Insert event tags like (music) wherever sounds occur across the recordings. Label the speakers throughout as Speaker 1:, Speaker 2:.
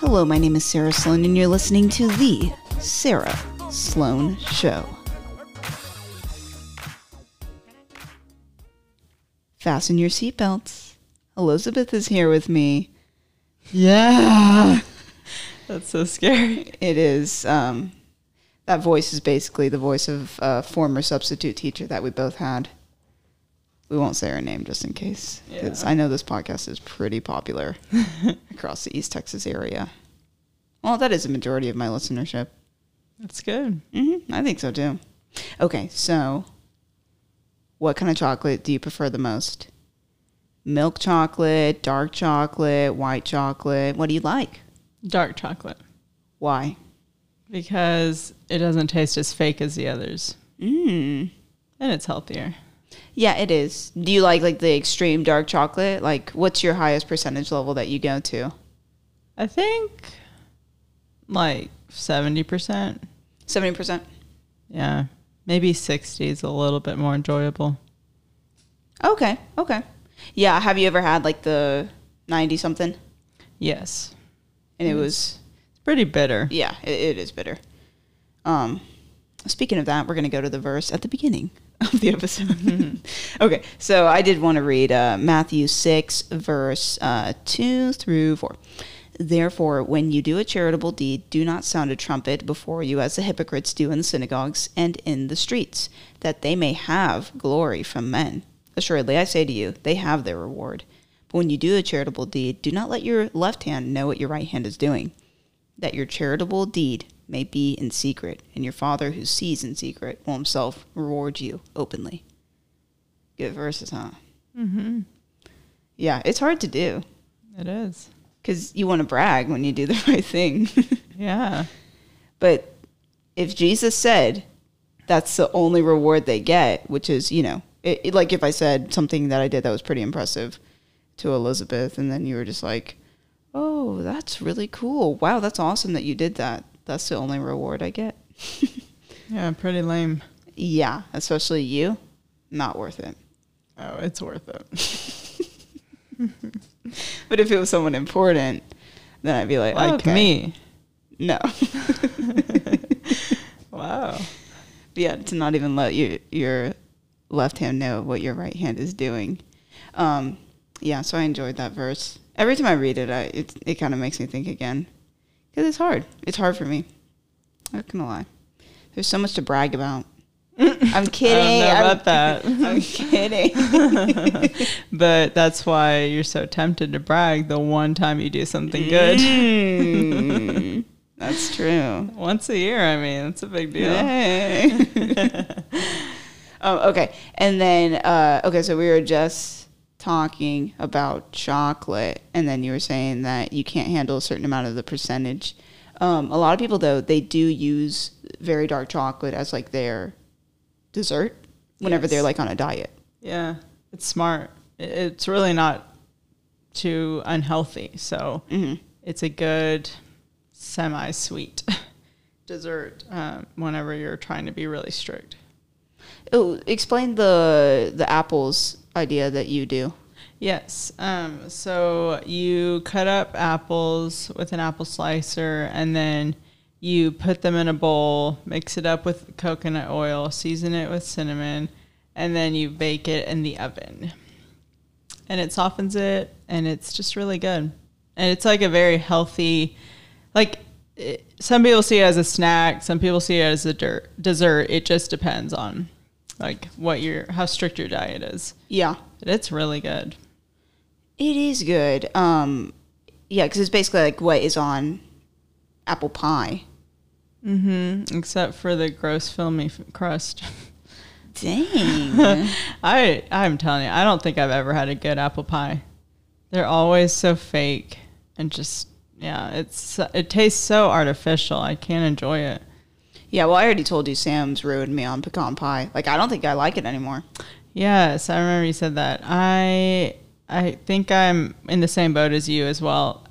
Speaker 1: Hello, my name is Sarah Sloan, and you're listening to The Sarah Sloan Show. Fasten your seatbelts. Elizabeth is here with me. (laughs) Yeah.
Speaker 2: That's so scary.
Speaker 1: It is. Um, that voice is basically the voice of a former substitute teacher that we both had. We won't say her name just in case, because
Speaker 2: Yeah.
Speaker 1: I know this podcast is pretty popular across the East Texas area. Well, that is a majority of my listenership.
Speaker 2: That's good.
Speaker 1: hmm I think so too. Okay, so what kind of chocolate do you prefer the most? Milk chocolate, dark chocolate, white chocolate. What do you like?
Speaker 2: Dark chocolate
Speaker 1: Why?
Speaker 2: because it doesn't taste as fake as the others
Speaker 1: Mm.
Speaker 2: and it's healthier.
Speaker 1: Yeah, it is. Do you like like the extreme dark chocolate? Like what's your highest percentage level that you go to?
Speaker 2: I think like 70%.
Speaker 1: 70%.
Speaker 2: Yeah. Maybe 60 is a little bit more enjoyable.
Speaker 1: Okay. Okay. Yeah, have you ever had like the 90 something
Speaker 2: Yes.
Speaker 1: and it was
Speaker 2: It's pretty bitter.
Speaker 1: yeah, it, it is bitter. Um, speaking of that, we're going to go to the verse at the beginning (laughs) of the episode. (laughs) okay, so I did want to read uh, Matthew 6, verse uh, 2 through 4. Therefore, when you do a charitable deed, do not sound a trumpet before you as the hypocrites do in the synagogues and in the streets, that they may have glory from men. Assuredly, I say to you, they have their reward. But when you do a charitable deed, do not let your left hand know what your right hand is doing that your charitable deed may be in secret, and your Father who sees in secret will himself reward you openly. Good verses, huh?
Speaker 2: Mm-hmm.
Speaker 1: Yeah, it's hard to do
Speaker 2: It is.
Speaker 1: because you want to brag when you do the (laughs) right thing.
Speaker 2: Yeah.
Speaker 1: but if Jesus said that's the only reward they get, which is, you know, it, it- like if I said something that I did that was pretty impressive to Elizabeth, and then you were just like, oh, that's really cool. Wow, that's awesome that you did that. That's the only reward I get.
Speaker 2: Yeah. Pretty lame.
Speaker 1: Yeah, especially you. Not worth it.
Speaker 2: Oh, it's worth it.
Speaker 1: But if it was someone important, then I'd be like,
Speaker 2: Like
Speaker 1: okay.
Speaker 2: me.
Speaker 1: No.
Speaker 2: Wow.
Speaker 1: yeah, to not even let your your left hand know what your right hand is doing. Um, yeah, so I enjoyed that verse. Every time I read it, I, it it kind of makes me think again because it's hard. It's hard for me. I'm not gonna lie. There's so much to brag
Speaker 2: (laughs)
Speaker 1: about. I'm kidding.
Speaker 2: know
Speaker 1: I'm-
Speaker 2: about
Speaker 1: (laughs)
Speaker 2: that.
Speaker 1: I'm kidding.
Speaker 2: (laughs) But that's why you're so tempted to brag the one time you do something good. (laughs)
Speaker 1: Mm, that's true.
Speaker 2: Once a year, I mean, it's a big
Speaker 1: (laughs)
Speaker 2: deal.
Speaker 1: Yay. um, okay. And then, uh, okay, so we were just talking about chocolate, and then you were saying that you can't handle a certain amount of the percentage. Um, a lot of people, though, they do use very dark chocolate as like their dessert whenever
Speaker 2: Yes.
Speaker 1: they're like on a diet.
Speaker 2: Yeah, it's smart. I- It's really not too unhealthy. So it's a good semi sweet (laughs) dessert um, whenever you're trying to be really strict.
Speaker 1: Oh, explain the the apples idea that you do.
Speaker 2: Yes. Um, so you cut up apples with an apple slicer and then you put them in a bowl, mix it up with coconut oil, season it with cinnamon, and then you bake it in the oven. And it softens it and it's just really good. And it's like a very healthy, like it, some people see it as a snack, some people see it as a der- dessert. It just depends on like what your how strict your diet is.
Speaker 1: Yeah.
Speaker 2: But it's really good.
Speaker 1: It is good. Um, yeah, because it's basically like what is on apple pie.
Speaker 2: except for the gross filmy f- crust. (laughs)
Speaker 1: Dang.
Speaker 2: I I'm telling you, I don't think I've ever had a good apple pie. They're always so fake and just yeah, it's it tastes so artificial. I can't enjoy it.
Speaker 1: (laughs) yeah, well, I already told you Sam's ruined me on pecan pie. Like, I don't think I like it anymore.
Speaker 2: Yes, I remember you said that. I I think I'm in the same boat as you as well.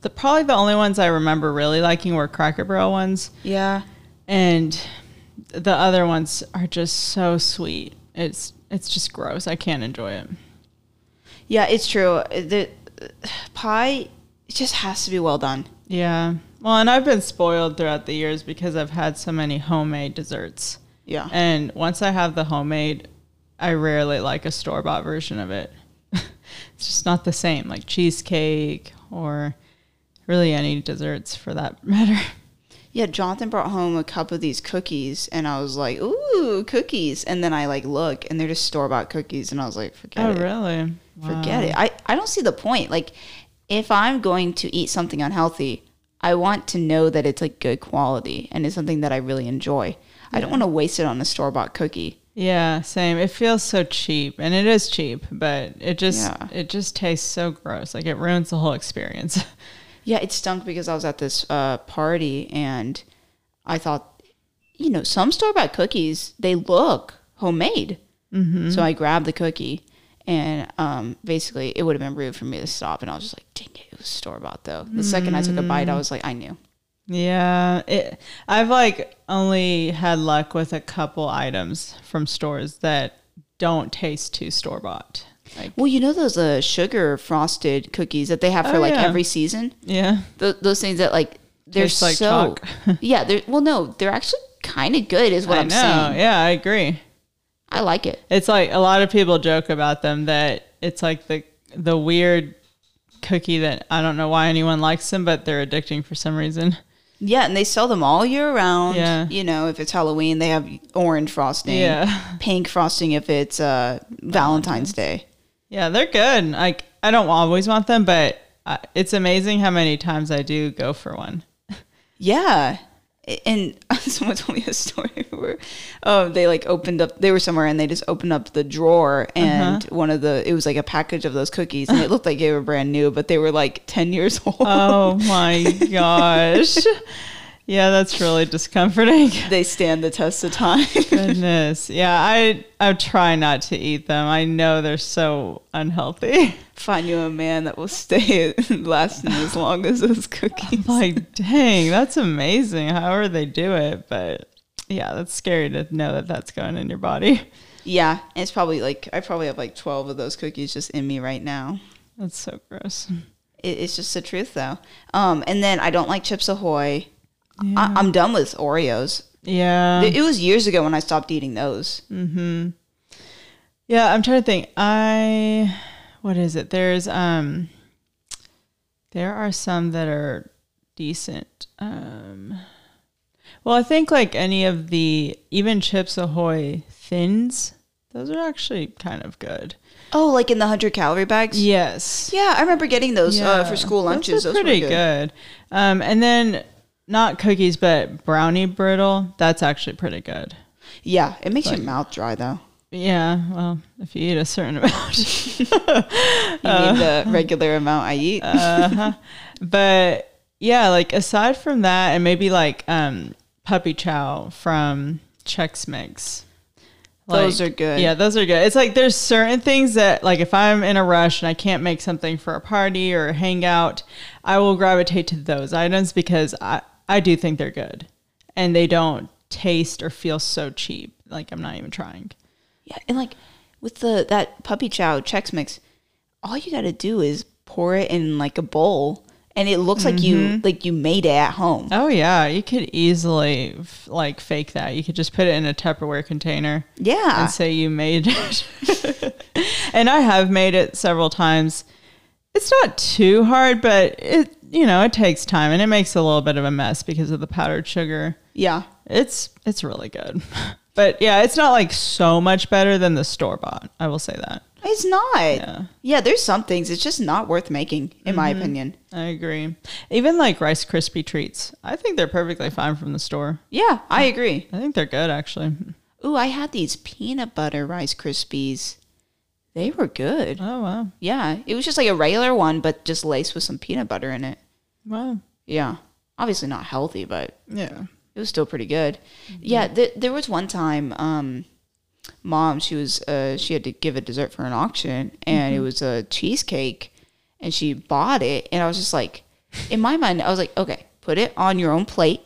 Speaker 2: The probably the only ones I remember really liking were Cracker Barrel ones.
Speaker 1: Yeah.
Speaker 2: and the other ones are just so sweet. It's it's just gross. I can't enjoy it.
Speaker 1: Yeah, it's true. The pie it just has to be well done.
Speaker 2: Yeah. Well, and I've been spoiled throughout the years because I've had so many homemade desserts.
Speaker 1: Yeah.
Speaker 2: And once I have the homemade, I rarely like a store bought version of it. (laughs) it's just not the same, like cheesecake or really any desserts for that (laughs) matter.
Speaker 1: Yeah, Jonathan brought home a cup of these cookies, and I was like, "Ooh, cookies!" And then I like look, and they're just store bought cookies, and I was like, "Forget
Speaker 2: oh,
Speaker 1: it,
Speaker 2: really?
Speaker 1: forget it." I I don't see the point. Like, if I'm going to eat something unhealthy, I want to know that it's like good quality and it's something that I really enjoy. I don't want to waste it on a store bought cookie.
Speaker 2: Yeah, same. It feels so cheap, and it is cheap, but it just
Speaker 1: Yeah.
Speaker 2: it just tastes so gross. Like it ruins the whole experience. (laughs)
Speaker 1: Yeah, it stunk because I was at this uh, party and I thought, you know, some store bought cookies they look homemade. Mm-hmm. So I grabbed the cookie and um, basically it would have been rude for me to stop. And I was just like, dang it, it was store bought though. The second I took a bite, I was like, I knew.
Speaker 2: Yeah, it, I've like only had luck with a couple items from stores that don't taste too store bought. Like,
Speaker 1: Well, you know those uh, sugar frosted cookies that they have for
Speaker 2: Oh,
Speaker 1: like
Speaker 2: yeah.
Speaker 1: every season.
Speaker 2: yeah,
Speaker 1: Th- those things that like they're
Speaker 2: Tastes like
Speaker 1: so
Speaker 2: chalk. (laughs)
Speaker 1: yeah. They're well, no, they're actually kind of good, is what
Speaker 2: I
Speaker 1: I am
Speaker 2: know.
Speaker 1: saying.
Speaker 2: Yeah, I agree.
Speaker 1: I like it.
Speaker 2: It's like a lot of people joke about them that it's like the the weird cookie that I don't know why anyone likes them, but they're addicting for some reason.
Speaker 1: Yeah, and they sell them all year round.
Speaker 2: Yeah.
Speaker 1: You know, if it's Halloween, they have orange frosting.
Speaker 2: Yeah.
Speaker 1: Pink frosting if it's uh, Valentine's Day.
Speaker 2: Yeah, they're good. Like I don't always want them, but I, it's amazing how many times I do go for one.
Speaker 1: Yeah. A- And (laughs) someone told me a story (laughs) where um, they like opened up, they were somewhere and they just opened up the drawer and one of the, it was like a package of those cookies and it looked like they were brand new, but they were like 10 years (laughs) old.
Speaker 2: Oh my gosh. Yeah, that's really discomforting.
Speaker 1: they stand the test of time. (laughs)
Speaker 2: Goodness. Yeah, I I try not to eat them. I know they're so unhealthy.
Speaker 1: Find you a man that will stay (laughs) lasting as long as those cookies.
Speaker 2: Like, dang, that's amazing. However they do it, but yeah, that's scary to know that that's going in your body.
Speaker 1: Yeah, and it's probably like I probably have like twelve of those cookies just in me right now.
Speaker 2: That's so gross.
Speaker 1: It, it's just the truth, though. Um, and then I don't like Chips Ahoy. I, I'm done with Oreos.
Speaker 2: Yeah.
Speaker 1: it, it was years ago when I stopped eating those.
Speaker 2: Yeah, I'm trying to think. I what is it? There's um there are some that are decent. Um well, I think like any of the even Chips Ahoy thins, those are actually kind of good.
Speaker 1: Oh, like in the hundred calorie bags. Yeah.
Speaker 2: Yes.
Speaker 1: I remember getting those uh, for school
Speaker 2: Those are
Speaker 1: lunches. Those,
Speaker 2: pretty
Speaker 1: were good.
Speaker 2: good. Um and then not cookies but brownie brittle, that's actually pretty good.
Speaker 1: Yeah, it makes your mouth dry though.
Speaker 2: Yeah, well, if you eat a certain (laughs) amount.
Speaker 1: You need the regular amount I eat.
Speaker 2: but yeah, like aside from that, and maybe like um, puppy chow from Chex Mix.
Speaker 1: Those
Speaker 2: Like,
Speaker 1: are good.
Speaker 2: Yeah, those are good. It's like there's certain things that like if I'm in a rush and I can't make something for a party or a hangout, I will gravitate to those items because I I do think they're good, and they don't taste or feel so cheap. Like I'm not even trying.
Speaker 1: (laughs) Yeah, and like with the that puppy chow Chex Mix, all you got to do is pour it in like a bowl, and it looks like you like you made it at home.
Speaker 2: Oh yeah, you could easily f- like fake that. You could just put it in a Tupperware container.
Speaker 1: Yeah,
Speaker 2: and say you made it. (laughs) and I have made it several times. It's not too hard, but it you know, it takes time and it makes a little bit of a mess because of the powdered sugar.
Speaker 1: yeah,
Speaker 2: It's it's really good. (laughs) But yeah, it's not like so much better than the store bought. I will say that.
Speaker 1: it's not.
Speaker 2: Yeah.
Speaker 1: Yeah. there's some things it's just not worth making, in my opinion.
Speaker 2: I agree. Even like Rice Krispie treats, I think they're perfectly fine from the store.
Speaker 1: Yeah, I agree.
Speaker 2: I think they're good actually.
Speaker 1: Ooh, I had these peanut butter Rice Krispies. They were good.
Speaker 2: Oh wow,
Speaker 1: Yeah, it was just like a regular one, but just laced with some peanut butter in it.
Speaker 2: wow,
Speaker 1: Yeah, obviously not healthy, but
Speaker 2: yeah.
Speaker 1: it was still pretty good. Yeah, th- there was one time, um, mom she was uh, she had to give a dessert for an auction, and it was a cheesecake, and she bought it, and I was just like, in my mind, I was like, okay, put it on your own plate,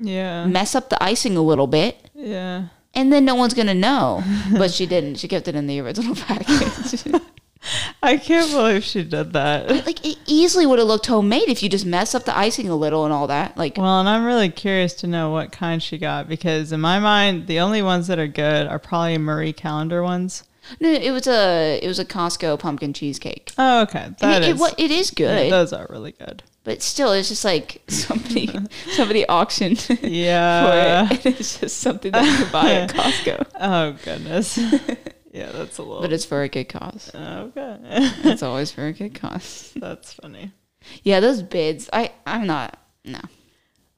Speaker 2: Yeah.
Speaker 1: mess up the icing a little bit,
Speaker 2: Yeah.
Speaker 1: and then no one's gonna know. But she didn't. She kept it in the original (laughs) package.
Speaker 2: I can't believe she did that. (laughs)
Speaker 1: Like it easily would have looked homemade if you just mess up the icing a little and all that. Like
Speaker 2: Well, and I'm really curious to know what kind she got because in my mind, the only ones that are good are probably Marie Calendar ones.
Speaker 1: no, it was a it was a Costco pumpkin cheesecake.
Speaker 2: Oh, okay,
Speaker 1: I
Speaker 2: that
Speaker 1: mean,
Speaker 2: is.
Speaker 1: it, wa- it is
Speaker 2: yeah,
Speaker 1: good,
Speaker 2: those are really good.
Speaker 1: but still, it's just like (laughs)
Speaker 2: (laughs)
Speaker 1: somebody somebody auctioned (laughs)
Speaker 2: Yeah.
Speaker 1: for it. (laughs) And it's just something that you can buy at Costco,
Speaker 2: Oh
Speaker 1: (laughs)
Speaker 2: goodness. yeah, that's a little.
Speaker 1: but it's for a good cause.
Speaker 2: okay, (laughs)
Speaker 1: It's always for a good cause. (laughs)
Speaker 2: that's funny.
Speaker 1: Yeah, those bids. I I'm not no.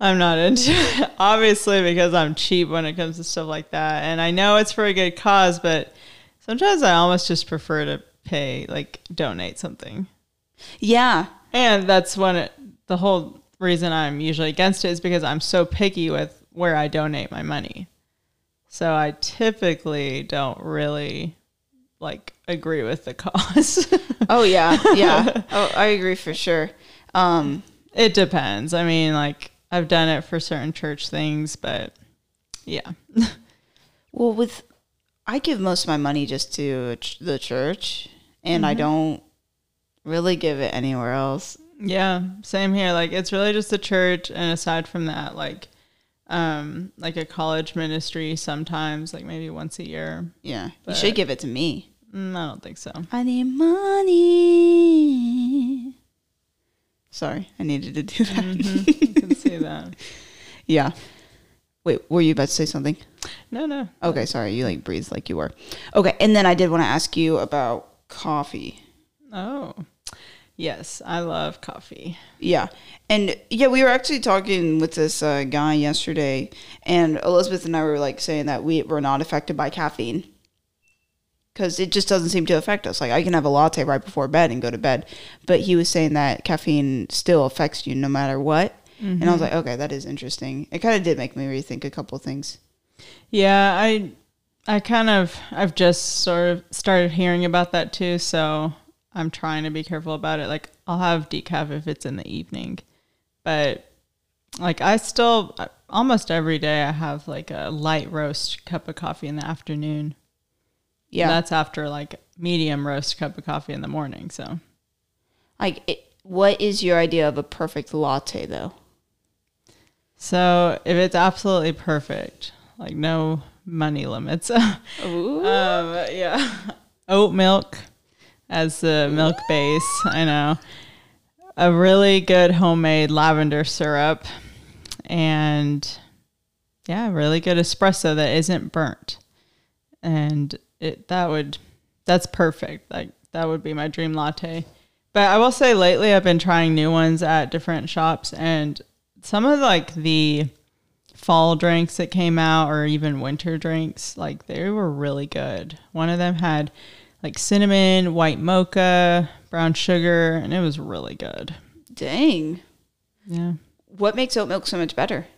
Speaker 2: I'm not into it, (laughs) obviously, because I'm cheap when it comes to stuff like that. And I know it's for a good cause, but sometimes I almost just prefer to pay, like, donate something.
Speaker 1: Yeah,
Speaker 2: And that's when it, the whole reason I'm usually against it is because I'm so picky with where I donate my money. So I typically don't really like agree with the (laughs) cause.
Speaker 1: Oh yeah, (laughs) yeah. oh, I agree for sure. Um,
Speaker 2: it depends. I mean, like I've done it for certain church things, but yeah.
Speaker 1: well, with I give most of my money just to ch- the church, and I don't really give it anywhere else.
Speaker 2: Yeah, same here. Like it's really just the church and aside from that, like um like a college ministry sometimes, like maybe once a year.
Speaker 1: Yeah, you should give it to me.
Speaker 2: Mm, I don't think so.
Speaker 1: I need money. Mm-hmm. Sorry, I needed to do that.
Speaker 2: You can see that.
Speaker 1: (laughs) yeah. Wait, were you about to say something?
Speaker 2: No, no.
Speaker 1: Okay, sorry. You like breathed like you were. Okay, and then I did want to ask you about coffee.
Speaker 2: Oh. Yes, I love coffee.
Speaker 1: Yeah. And yeah, we were actually talking with this uh, guy yesterday, and Elizabeth and I were like saying that we were not affected by caffeine because it just doesn't seem to affect us. Like, I can have a latte right before bed and go to bed. But he was saying that caffeine still affects you no matter what. And I was like, okay, that is interesting. It kind of did make me rethink a couple things.
Speaker 2: Yeah, I I kind of I've just sort of started hearing about that too, so I'm trying to be careful about it. Like I'll have decaf if it's in the evening. But like I still uh, almost every day I have like a light roast cup of coffee in the afternoon.
Speaker 1: Yeah.
Speaker 2: That's after like medium roast cup of coffee in the morning, so
Speaker 1: like, it, what is your idea of a perfect latte, though?
Speaker 2: so if it's absolutely perfect, like no money limits. (laughs)
Speaker 1: Ooh.
Speaker 2: Um, yeah. Oat milk as the milk base. I know. A really good homemade lavender syrup. And yeah, really good espresso that isn't burnt. And it that would that's perfect. Like that would be my dream latte. But I will say lately I've been trying new ones at different shops and some of like the fall drinks that came out or even winter drinks like they were really good one of them had like cinnamon white mocha brown sugar and it was really good
Speaker 1: Dang.
Speaker 2: yeah
Speaker 1: What makes oat milk so much better?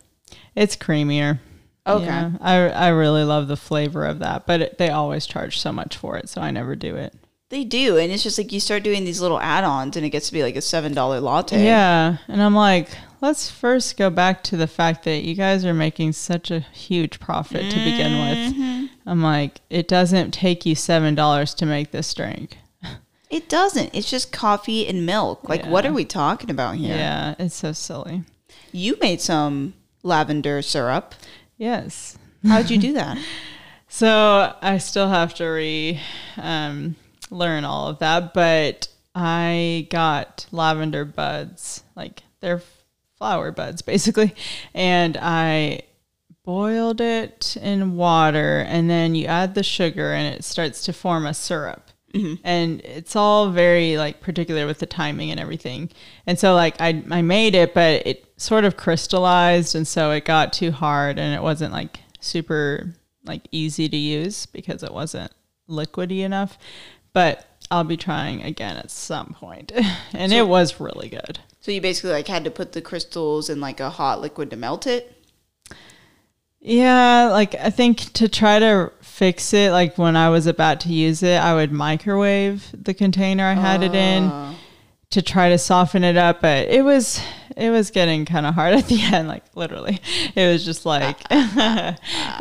Speaker 2: it's creamier
Speaker 1: Okay.
Speaker 2: Yeah. i i really love the flavor of that but it, they always charge so much for it so i never do it
Speaker 1: They do, and it's just like you start doing these little add-ons, and it gets to be like a seven dollar latte.
Speaker 2: yeah and i'm like let's first go back to the fact that you guys are making such a huge profit to begin with i'm like it doesn't take you seven dollars to make this drink
Speaker 1: it doesn't. It's just coffee and milk. Like, what are we talking about here?
Speaker 2: Yeah, it's so silly.
Speaker 1: You made some lavender syrup.
Speaker 2: Yes.
Speaker 1: How'd you do
Speaker 2: (laughs)
Speaker 1: that?
Speaker 2: So I still have to re um, learn all of that, but I got lavender buds, like they're flower buds basically, and I boiled it in water, and then you add the sugar, and it starts to form a syrup. And it's all very like particular with the timing and everything. And so like I I made it, but it sort of crystallized, and so it got too hard, and it wasn't like super like easy to use because it wasn't liquidy enough. But I'll be trying again at some point. (laughs) and it was really good.
Speaker 1: so you basically like had to put the crystals in like a hot liquid to melt it.
Speaker 2: Yeah, like I think to try to fix it, like when I was about to use it, I would microwave the container I had it
Speaker 1: Ah.
Speaker 2: in to try to soften it up, but it was it was getting kind of (laughs) hard at the end, like literally. It was just like it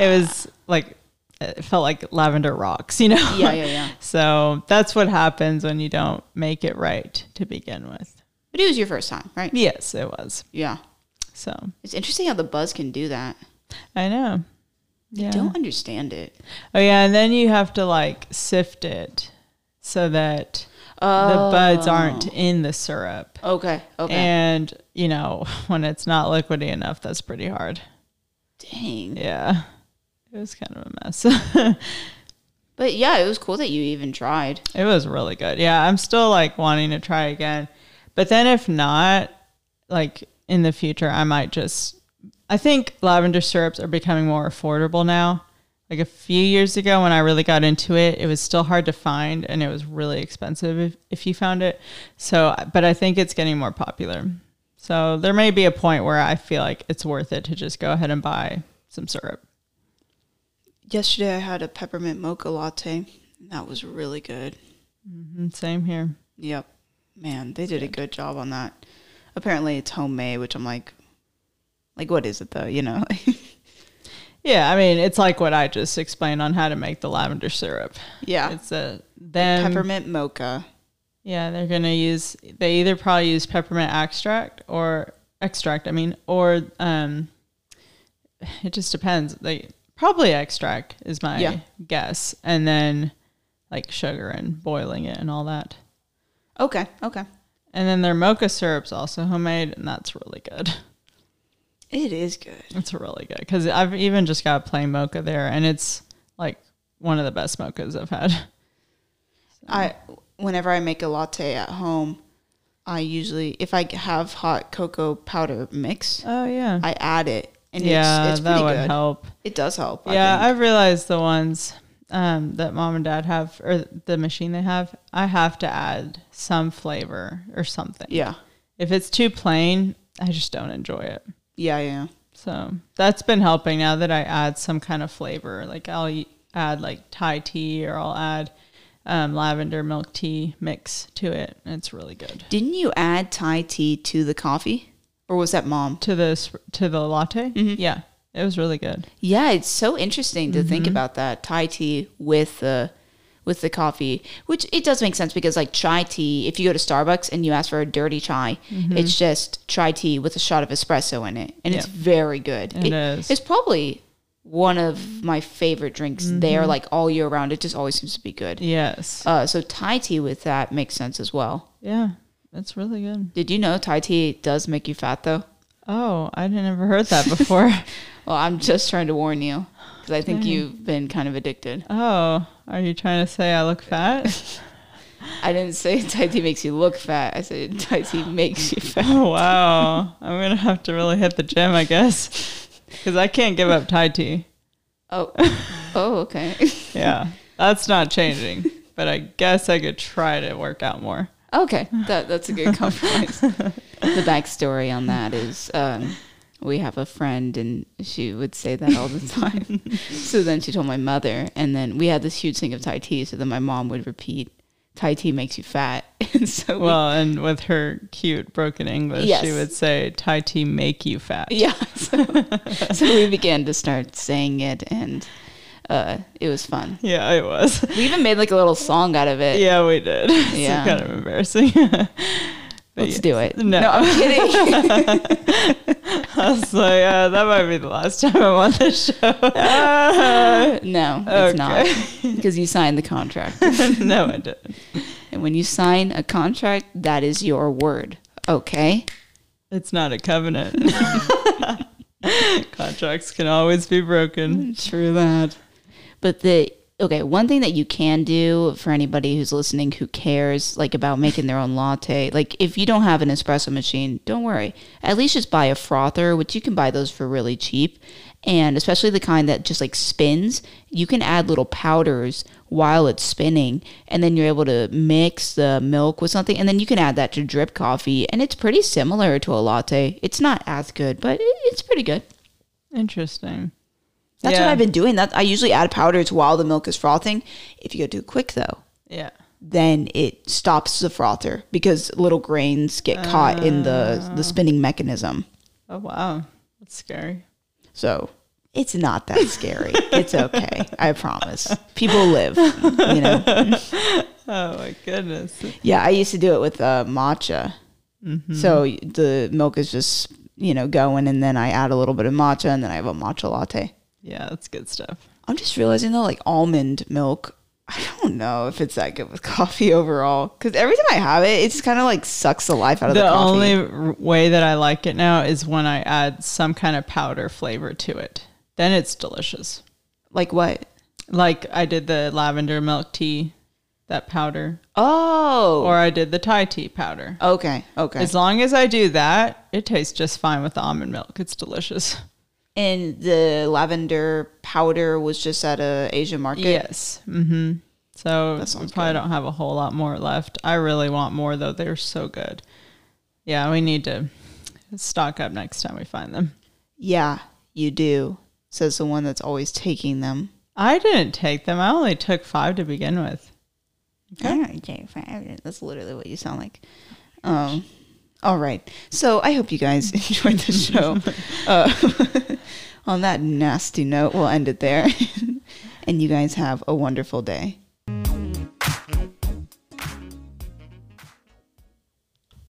Speaker 2: was like it felt like lavender rocks, you know?
Speaker 1: Yeah, yeah, yeah.
Speaker 2: (laughs) so that's what happens when you don't make it right to begin with.
Speaker 1: But it was your first time, right?
Speaker 2: Yes, it was.
Speaker 1: Yeah.
Speaker 2: So
Speaker 1: It's interesting how the buzz can do that.
Speaker 2: I know. Yeah.
Speaker 1: Don't understand it.
Speaker 2: Oh yeah, and then you have to like sift it so that the buds aren't in the syrup.
Speaker 1: Okay. Okay.
Speaker 2: And you know, (laughs) when it's not liquidy enough, that's pretty hard.
Speaker 1: Dang.
Speaker 2: Yeah. It was kind of a mess. (laughs) it
Speaker 1: But yeah, it was cool that you even tried.
Speaker 2: was really good. Yeah, I'm still like wanting to try again. But then if not, like in the future, I might just I think lavender syrups are becoming more affordable now. Like a few years ago when I really got into it, it was still hard to find and it was really expensive if, if you found it. So, but I think it's getting more popular. So, there may be a point where I feel like it's worth it to just go ahead and buy some syrup.
Speaker 1: Yesterday I had a peppermint mocha latte. That was really good.
Speaker 2: Mhm, Same here.
Speaker 1: Yep. Man, they did a good job on that. Apparently it's homemade, which I'm like like what is it though, you know? (laughs)
Speaker 2: Yeah, I mean, it's like what I just explained on how to make the lavender syrup.
Speaker 1: yeah.
Speaker 2: It's a them.
Speaker 1: peppermint mocha.
Speaker 2: Yeah, they're gonna use. They either probably use peppermint extract or extract. I mean, or um, it just depends. They probably extract is my
Speaker 1: Yeah.
Speaker 2: guess, and then like sugar and boiling it and all that.
Speaker 1: Okay, okay.
Speaker 2: And then their mocha syrup's also homemade, and that's really good. (laughs)
Speaker 1: It is good.
Speaker 2: It's really good because I've even just got plain mocha there, and it's like one of the best mochas I've had.
Speaker 1: I whenever I make a latte at home, I usually if I have hot cocoa powder mix,
Speaker 2: Oh yeah,
Speaker 1: I add it and
Speaker 2: yeah,
Speaker 1: it's, it's
Speaker 2: that
Speaker 1: pretty
Speaker 2: would
Speaker 1: good.
Speaker 2: help.
Speaker 1: It does help.
Speaker 2: yeah,
Speaker 1: I think.
Speaker 2: I've realized the ones um, that mom and dad have, or the machine they have, I have to add some flavor or something.
Speaker 1: yeah,
Speaker 2: If it's too plain, I just don't enjoy it.
Speaker 1: yeah, yeah.
Speaker 2: So that's been helping now that I add some kind of flavor. Like I'll y- add like Thai tea or I'll add um, lavender milk tea mix to it. and It's really good.
Speaker 1: Didn't you add Thai tea to the coffee, or was that mom?
Speaker 2: To the s- to the latte,
Speaker 1: Mm-hmm.
Speaker 2: yeah, it was really good.
Speaker 1: Yeah, it's so interesting to think
Speaker 2: Mm-hmm.
Speaker 1: about that Thai tea with the with the coffee, which it does make sense because like chai tea, if you go to Starbucks and you ask for a dirty chai,
Speaker 2: Mm-hmm.
Speaker 1: it's just chai tea with a shot of espresso in it, and it's very good.
Speaker 2: It is.
Speaker 1: It's probably one of my favorite drinks
Speaker 2: Mm-hmm.
Speaker 1: there, like all year round. It just always seems to be good.
Speaker 2: Yes,
Speaker 1: Uh, so Thai tea with that makes sense as well.
Speaker 2: yeah, it's really good.
Speaker 1: Did you know Thai tea does make you fat though?
Speaker 2: Oh, I never heard that before.
Speaker 1: (laughs) Well, I'm just trying to warn you because I think you've been kind of addicted.
Speaker 2: oh, are you trying to say I look fat? (laughs)
Speaker 1: I didn't say (laughs) Thai tea makes you look fat. I said (laughs) Thai tea makes you fat.
Speaker 2: Oh, wow. I'm going to have to really hit the gym, I guess, (laughs) because I can't give up Thai tea.
Speaker 1: Oh, (laughs) oh, okay. (laughs)
Speaker 2: Yeah, that's not changing, but I guess I could try to work out more.
Speaker 1: Okay, that, that's a
Speaker 2: (laughs)
Speaker 1: good compromise. the backstory on that is um, we have a friend, and she would say that all the
Speaker 2: (laughs)
Speaker 1: time. so then she told my mother, and then we had this huge thing of Thai tea. So then my mom would repeat, "Thai tea makes you fat," (laughs) and so we-
Speaker 2: Well, and with her cute broken English,
Speaker 1: Yes.
Speaker 2: she would say, Thai tea make you fat.
Speaker 1: Yeah. So, so we began to start saying it, and uh, it was fun.
Speaker 2: Yeah, it was. (laughs)
Speaker 1: We even made like a little song out of it.
Speaker 2: Yeah, we did. (laughs) It's
Speaker 1: Yeah.
Speaker 2: kind of embarrassing. (laughs) But
Speaker 1: Let's do it.
Speaker 2: No. (laughs)
Speaker 1: I'm (laughs) kidding.
Speaker 2: I was like, uh, that might be the last time I'm on this (laughs) show.
Speaker 1: no, it's not. (laughs) Because you signed the contract.
Speaker 2: no, I didn't.
Speaker 1: and when you sign a contract, that is your word. Okay?
Speaker 2: It's not a covenant. (laughs) Contracts can always be
Speaker 1: (laughs)
Speaker 2: broken.
Speaker 1: True that. But the okay, one thing that you can do for anybody who's listening who cares like about making their own latte, like if you don't have an espresso machine, don't worry. At least just buy a frother, which you can buy those for really cheap. And especially the kind that just like spins, you can add little powders while it's spinning, and then you're able to mix the milk with something, and then you can add that to drip coffee, and it's pretty similar to a latte. It's not as good, but it- it's pretty good.
Speaker 2: Interesting.
Speaker 1: That's
Speaker 2: Yeah.
Speaker 1: what I've been doing. That I usually add powders while the milk is frothing. If you go too quick though,
Speaker 2: Yeah.
Speaker 1: then it stops the frother because little grains get caught in the the spinning mechanism.
Speaker 2: Oh wow, that's scary.
Speaker 1: So It's not that scary. it's okay. I promise. People live, you know.
Speaker 2: Oh my goodness.
Speaker 1: Yeah, I used to do it with uh, matcha. So the milk is just, you know, going and then I add a little bit of matcha and then I have a matcha latte.
Speaker 2: Yeah, that's good stuff.
Speaker 1: I'm just realizing though, like almond milk, I don't know if it's that good with (laughs) coffee overall. Because every time I have it, it just kind of like sucks the life out of the,
Speaker 2: the
Speaker 1: coffee.
Speaker 2: only r- way that I like it now is when I add some kind of powder flavor to it. Then it's delicious.
Speaker 1: like what?
Speaker 2: Like I did the lavender milk tea, that powder,
Speaker 1: Oh,
Speaker 2: or I did the Thai tea powder.
Speaker 1: okay, okay.
Speaker 2: As long as I do that, it tastes just fine with the almond milk. It's delicious.
Speaker 1: And the lavender powder was just at a Asian market.
Speaker 2: Yes. hmm So
Speaker 1: That
Speaker 2: we
Speaker 1: sounds
Speaker 2: probably
Speaker 1: good.
Speaker 2: don't have a whole lot more left. I really want more though. They're so good. Yeah, we need to stock up next time we find them.
Speaker 1: Yeah, you do. Says the one that's always taking them.
Speaker 2: I didn't take them. I only took five to begin with.
Speaker 1: All right, Jay, fine. That's literally what you sound like. Um, all right. So I hope you guys (laughs) enjoyed the show. uh, (laughs) (laughs) on that nasty note, we'll end it there. and you guys have a wonderful day.